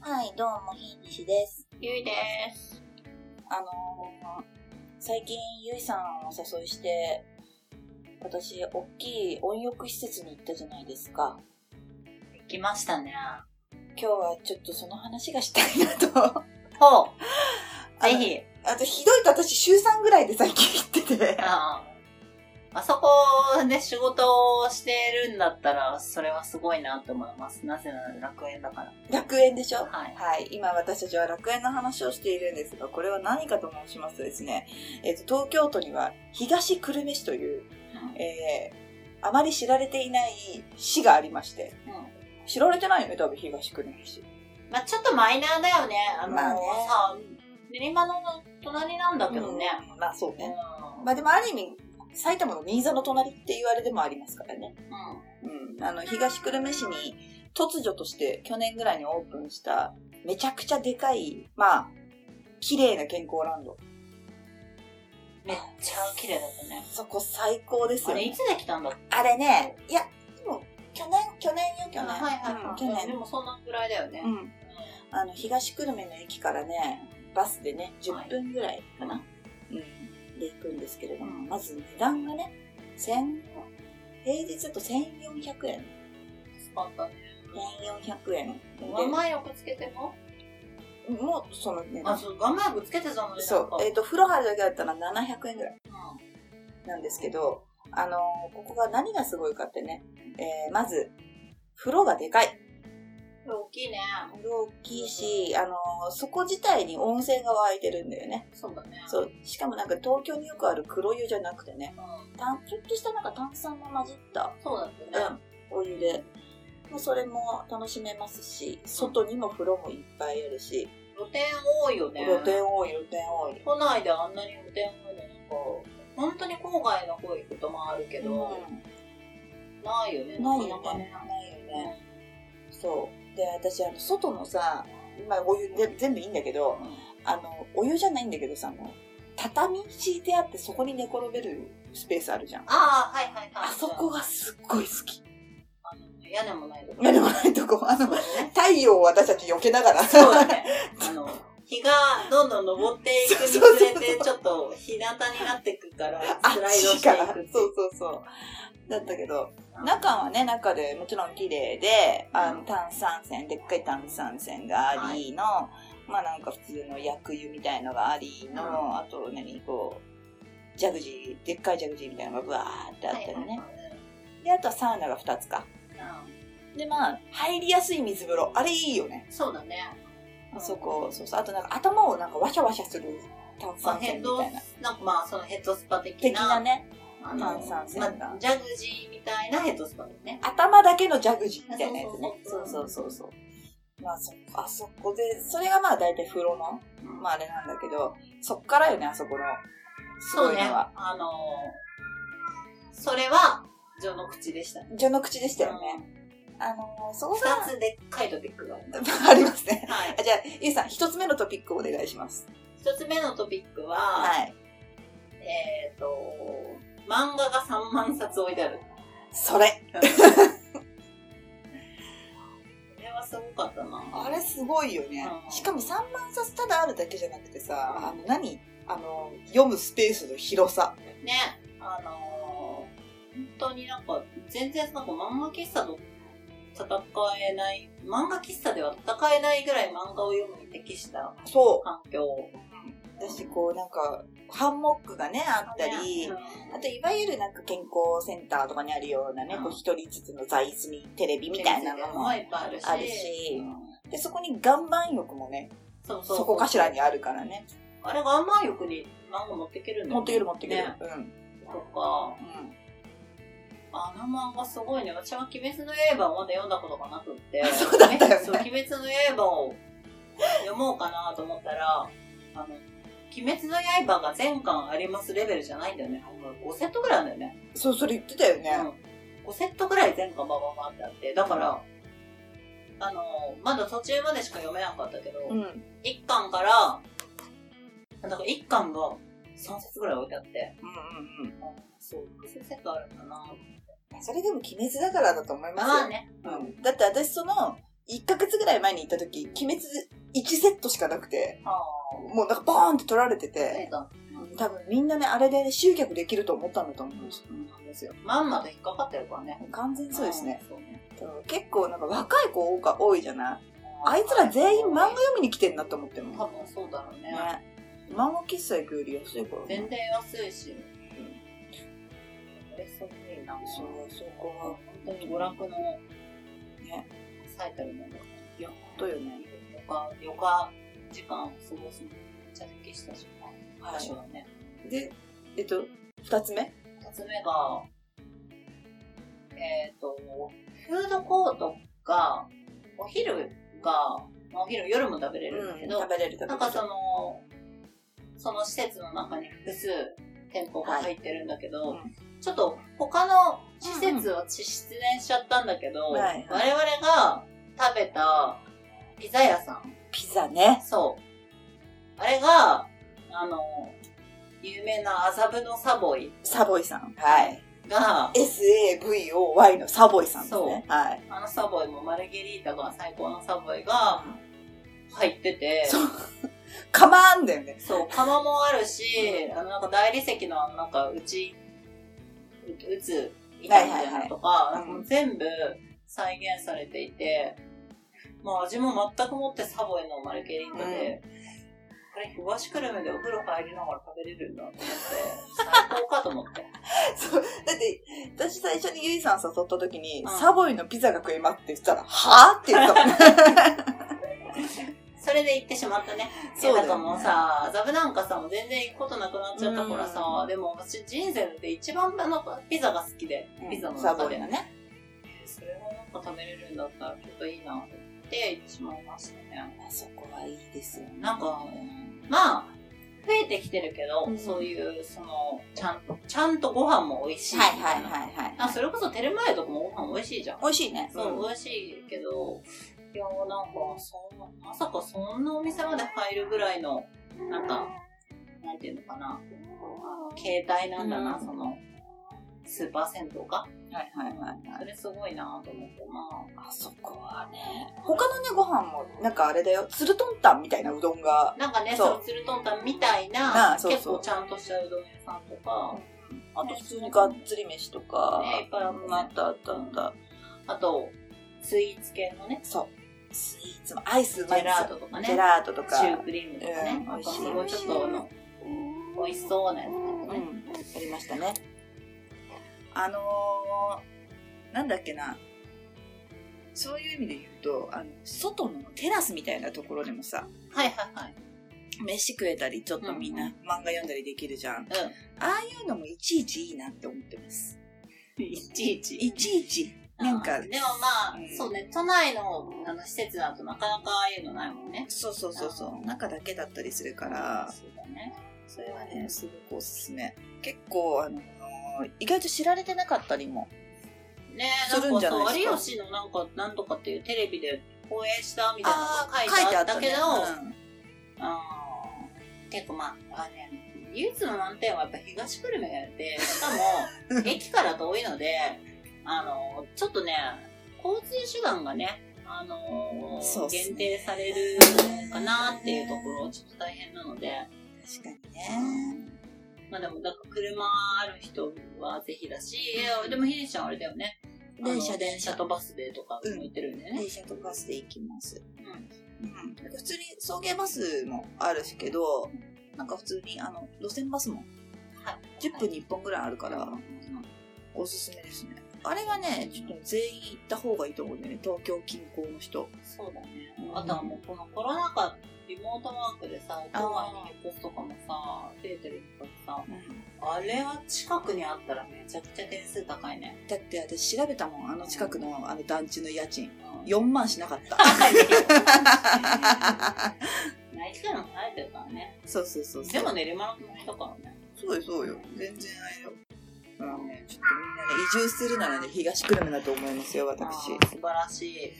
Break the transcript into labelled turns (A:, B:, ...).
A: はい、どうも、ひいにしです。
B: ゆいです。
A: あのー最近、ゆいさんをお誘いして、私、大きい温浴施設に行ったじゃないですか。
B: 行きましたね。
A: 今日はちょっとその話がしたいなと。
B: ほう、
A: あの
B: ぜ。ひ。
A: あと、ひどいと私、週3ぐらいで最近行ってて。
B: あーあそこで仕事をしてるんだったら、それはすごいなと思います。なぜなら楽園だから。
A: 楽園でしょ
B: はい。
A: はい。今私たちは楽園の話をしているんですが、これは何かと申しますとですね、えっ、と、東京都には東久留米市という、えー、あまり知られていない市がありまして、
B: うん
A: 知られてないよね、多分東久留米市。
B: まあちょっとマイナーだよね。あの、
A: まあね
B: さ、練馬の隣なんだけどね。
A: うんまあそう
B: うん。
A: ね。まあでもある意味、埼玉の新座の隣って言われでもありますからね。
B: う
A: うん。あの、東久留米市に突如として去年ぐらいにオープンした、めちゃくちゃでかい、まあ、綺麗な健康ランド。
B: んめっちゃ綺麗だったね。
A: そこ最高です
B: あ
A: よ
B: れ、い
A: ね。
B: つできたんだっけ
A: あれね、いや、でも、去年、去年よ、去年。
B: あはいはい
A: うん
B: はい。
A: 去
B: で
A: 年。
B: もそんなぐらいだよね。
A: うん。あの、東久留米の駅からね、バスでね、10分ぐらいかな。うん。で行くんですけれども、まず値段がね、千平日だと1400円。
B: スパンタね。
A: 1400円で。
B: 名前をくっつけても
A: もう、その値
B: あ、
A: 段。
B: そう、ガンマイクつけてたもんね。
A: そう。えっ、と、風呂入るだけだったら700円ぐらい。
B: うん
A: なんですけど、あのーここが何がすごいかってね、えーまず、風呂がでかい。
B: 大きいね。
A: 風呂大きいし、あのーそこ自体に温泉が湧いてるんだよね。
B: そうだね。
A: そう。しかもなんか東京によくある黒湯じゃなくてね、
B: うん
A: たんちょっとしたなんか炭酸が混じった、
B: そうだったね。
A: うん、お湯で、まあそれも楽しめますし、外にも風呂もいっぱいあるし、
B: 露店多いよね。
A: 露天多い、露天多い。
B: 都内であんなに露店多いのなんか、本当に郊外の方行くこともあるけど、ないよね。
A: ないよ
B: なかなか
A: ね。
B: ね。
A: ないよね。そう。で、私、あの、外のさ、まあ、お湯で全部いいんだけど、あの、お湯じゃないんだけどさ、あの、畳敷いてあってそこに寝転べるスペースあるじゃん。
B: ああ、はいはいはい。
A: あそこがすっごい好き。
B: あの。屋根もないとこ。
A: 目の前のとこ、あ
B: そう
A: の、
B: だね。
A: 太陽を私たち避けながら。
B: そう だね。あの、日がどんどん登っていくにつれて、ちょっと日向になっていくから、
A: あ
B: スライド
A: っ
B: し
A: ち
B: て
A: か
B: い
A: ら。
B: くっ
A: そ
B: ていう
A: うそうそう。だったけど、中はね、中でもちろん綺麗で、あの、炭酸泉、でっかい炭酸泉がありの、まあなんか普通の薬湯みたいのがありの、
B: うん
A: あと何、こう、ジャグジー、でっかいジャグジーみたいのがブワーってあったりね。で、あとはサウナが2つか。
B: はいはいはい
A: で、まあ、入りやすい水風呂。あれいいよね。
B: うんそうだね。
A: あそこ、そうそう。あとなんか頭をなんかワシャワシャする炭
B: まあ、
A: 酸
B: ヘ
A: 泉
B: ッ
A: み
B: ド
A: たいな。、
B: なんかまあ、そのヘッドスパ的
A: 的な
B: な、
A: ね。
B: あの
A: 炭酸泉が
B: まあ、ジャグジーみたいなヘッドスパだよね。
A: 頭だけのジャグジーみたいなやつね。
B: そ
A: そうう
B: そ
A: そうう
B: そ
A: そううそう。まあそ、あそこで、それがまあ大体風呂の、
B: うん
A: まああれなんだけど、そっからよね、あそこの。す
B: そ
A: ご
B: う
A: い
B: ね。
A: のは。
B: あのーそれは、序の口でしたね。
A: 序の口でしたよね。あのー、そこ
B: 二
A: が、
B: つでっかいトピックがある。
A: ありますね。
B: はい
A: あ。じゃあ、ゆうさん、一つ目のトピックをお願いします。
B: 一つ目のトピックは、
A: はい。
B: えっ、と、漫画が3万冊置いてあ る。
A: それ。
B: これはすごかったな。
A: あれすごいよね
B: うん。
A: しかも3万冊ただあるだけじゃなくてさ、
B: うん
A: あの、何あの、読むスペースの広さ。
B: ね、あのー本当になんか、全然なんか漫画喫茶と戦えない、漫画喫茶では戦えないぐらい漫画を読むに適した
A: そ
B: 環境
A: う。だし、こう、なんか、ハンモックがね、あったり、
B: うん
A: あと、いわゆるなんか健康センターとかにあるようなね、
B: うん
A: こう一人ずつの座椅子にテレビみたいなのも
B: いっぱいあるし。
A: あるし
B: うん
A: で、そこに岩盤浴もね、
B: そうそう
A: そこかしらにあるからね。
B: あれが甘い欲に漫画持ってけるんだよ
A: 持ってくる持ってくる。
B: ね
A: うん。
B: とか、
A: うん。
B: あの漫画すごいね。私は鬼滅の刃をまだ読んだことがなくって。
A: そうだったよね
B: そう鬼滅の刃を読もうかなと思ったら、あの、鬼滅の刃が全巻ありますレベルじゃないんだよね。5セットぐらいあるんだよね。
A: そう、それ言ってたよね。
B: うん。5セットぐらい全巻バババってあって。だから、あの、まだ途中までしか読めなかったけど、
A: うん。
B: 1巻から、だから1巻が3節ぐらい置いてあって、
A: うんうん
B: そう、3節あるかな。
A: うん。それでも鬼滅だからだと思いますよ。
B: ね。
A: うん。だって私その、 1ヶ月ぐらい前に行った時、鬼滅1セットしかなくて、
B: あ
A: もうなんかバーンって取られて
B: あ、
A: て、
B: えだ。
A: 多分みんなね、あれで、集客できると思ったんだと思うんです
B: なんですよ。まんまと引っかかってるからね。
A: 完全にそうですね。
B: ん。そうね。
A: 結構なんか若い子多か多いじゃないあいつら全員漫画読みに来てんなと思って
B: 多
A: も。
B: 分そうだろうね。
A: ね。漫画喫茶行くより安いから
B: 全
A: ね。
B: 然安いし。これすごいな。
A: そう、そこは
B: 本、当に娯楽の
A: ね、
B: 最たるもの。いや、本
A: とよね。
B: 余暇、余暇時間を過ごすのにめっちゃ適したし場所
A: は
B: だね。
A: い。で、えっと、二つ目
B: 二つ目が、えっ、と、フードコートが、お昼が、まあお昼、夜も食べれるんだけど、
A: 食べれる食べれる。
B: なんかその、その施設の中に複数店舗が入ってるんだけど、
A: はい
B: ちょっと他の施設は失念しちゃったんだけど、
A: はいはい
B: 我々が食べたピザ屋さん、
A: ピザね。
B: そう。あれが、あの、有名な麻布のサボイ
A: サボイさん。はい。
B: が、
A: SAVOY のサボイさんですね。はい。
B: あのサボイもマルゲリータが最高のサボイが入ってて、
A: そう。かまんだよね。
B: そう、釜もあるし、あの、なんか大理石の、なんか、うち、う打つ、板みたいなのとか、
A: いはい
B: なんか全部再現されていて、まあ味も全くもってサボイのマルケリータで、これ東久留米でお風呂入りながら食べれるんだと思って、最高かと思って。
A: そう。だって、私最初にゆいさん誘った時に、
B: うん
A: サボイのピザが食えますって言ったら、はぁって言ったもんね。
B: それで行ってしまったね。
A: そうだよね
B: いやなんかもうさ、ザブなんかさ、もう全然行くことなくなっちゃったからさ、でも私人生で一番あのピザが好きで、 ピザの
A: サ
B: 中
A: ボ
B: で
A: イの。ね。
B: それもなんか食べれるんだったらちょっといいなって言って行ってしまいましたね。
A: あそこはいいですよね。
B: なんか、まあ、増えてきてるけど、
A: うん
B: そういう、その、ちゃんと、ちゃんとご飯も美味しいみ
A: は
B: た
A: い
B: いな。
A: はいはいはい。
B: あそれこそテルマエとかもご飯美味しいじゃん。
A: 美味しいね。
B: そう、美味しいけど、いや、なんか、そんな、まさかそんなお店まで入るぐらいの、なんか、なんていうのかな、携帯なんだな、
A: うん
B: その、スーパー銭湯か。
A: はいはいはいは
B: そ
A: い。
B: れすごいなと思って、まあ、
A: あそこはね、他のね、ご飯も、なんかあれだよ、つるとんたんみたいなうどんが、
B: なんかね、
A: そう
B: そのつるとんたんみたい
A: あ
B: な
A: あそうそう
B: 結構ちゃんとしたうどん屋さんとか、
A: あと普通にがっつり飯とか、
B: ねいっぱいあるね
A: あったあったあった。
B: あと、スイーツ系のね、
A: そう。スイーツもアイスう
B: ジ
A: まい
B: ェ
A: です
B: ラー
A: よ
B: トとかね、
A: ジェラートとか。
B: シュークリームとか
A: う
B: ね
A: ん、
B: なんかす
A: 美
B: ごい
A: 味
B: ちょ
A: しい
B: っとあの、美味しそうなやつとか
A: う
B: ね。
A: ん、ありましたね。あのー、なんだっけな。そういう意味で言うと、あの、外のテラスみたいなところでもさ、
B: はいはいはい。
A: 飯食えたり、ちょっとみんな
B: うん
A: 漫画読んだりできるじゃん。ああいうのもいちいちいいなって思ってます。
B: うん。いちいち。
A: いちいち、なんか
B: あ、でもまあ、
A: うん
B: そうね、都内のあの施設だとなかなかああいうのないもんね。
A: そうそうそうそう、中だけだったりするから、
B: そうだね。
A: それはね、すごくおすすめ。結構、あのー、意外と知られてなかったりも。
B: ねえ、
A: する
B: なんん
A: じゃ
B: か
A: ないで
B: さ、
A: すか
B: 有吉のなんか、なんとかっていうテレビで放映したみたいなのが
A: 書い
B: 書い
A: て
B: て
A: あ
B: あ
A: っ
B: ったた
A: ね
B: けど、
A: うん
B: あー結構まあ、あのね、唯一の難点はやっぱ東久留米で、しか も駅から遠いので、あの、ちょっとね、交通手段がね、あの
A: そうっすね
B: 限定されるかなっていうところ、ちょっと大変なので、
A: 確かにね。
B: まあでも、なんか車ある人はぜひだし、いやでもひでちゃんあれだよね。あの
A: 電車電
B: 電
A: 車
B: 車とバスでとかも行ってるんだよね。
A: 電車とバスで行きます。
B: うん
A: うん。なんか普通に送迎バスもあるしけど、なんか普通にあの、路線バスも
B: はい
A: 10分に1本ぐらいあるか
B: う
A: ら
B: ん、
A: おすすめですね。あれはね、ちょっと全員行った方がいいと思うんだよね。東京近郊の人。
B: そうだね
A: う。ん
B: あとはもうこのコロナ禍、リモートワークでさ、都内に引っ越すとかもさ、増えてるとかさ、あれは近くにあったらめちゃくちゃ点数高いね。
A: だって私調べたもん、あの近くのあの団地の家賃。
B: うん
A: 4万しなかった。
B: 内地からも慣れてるからね。
A: そうそうそうそう。
B: でも、ね、練馬の隣だからね。
A: そうよ、そうよ。全然あれよ。うん、ね、ちょっとみんなね、移住するならね、東久留米だと思いますよ、
B: あ
A: 私。
B: ー素晴らしい。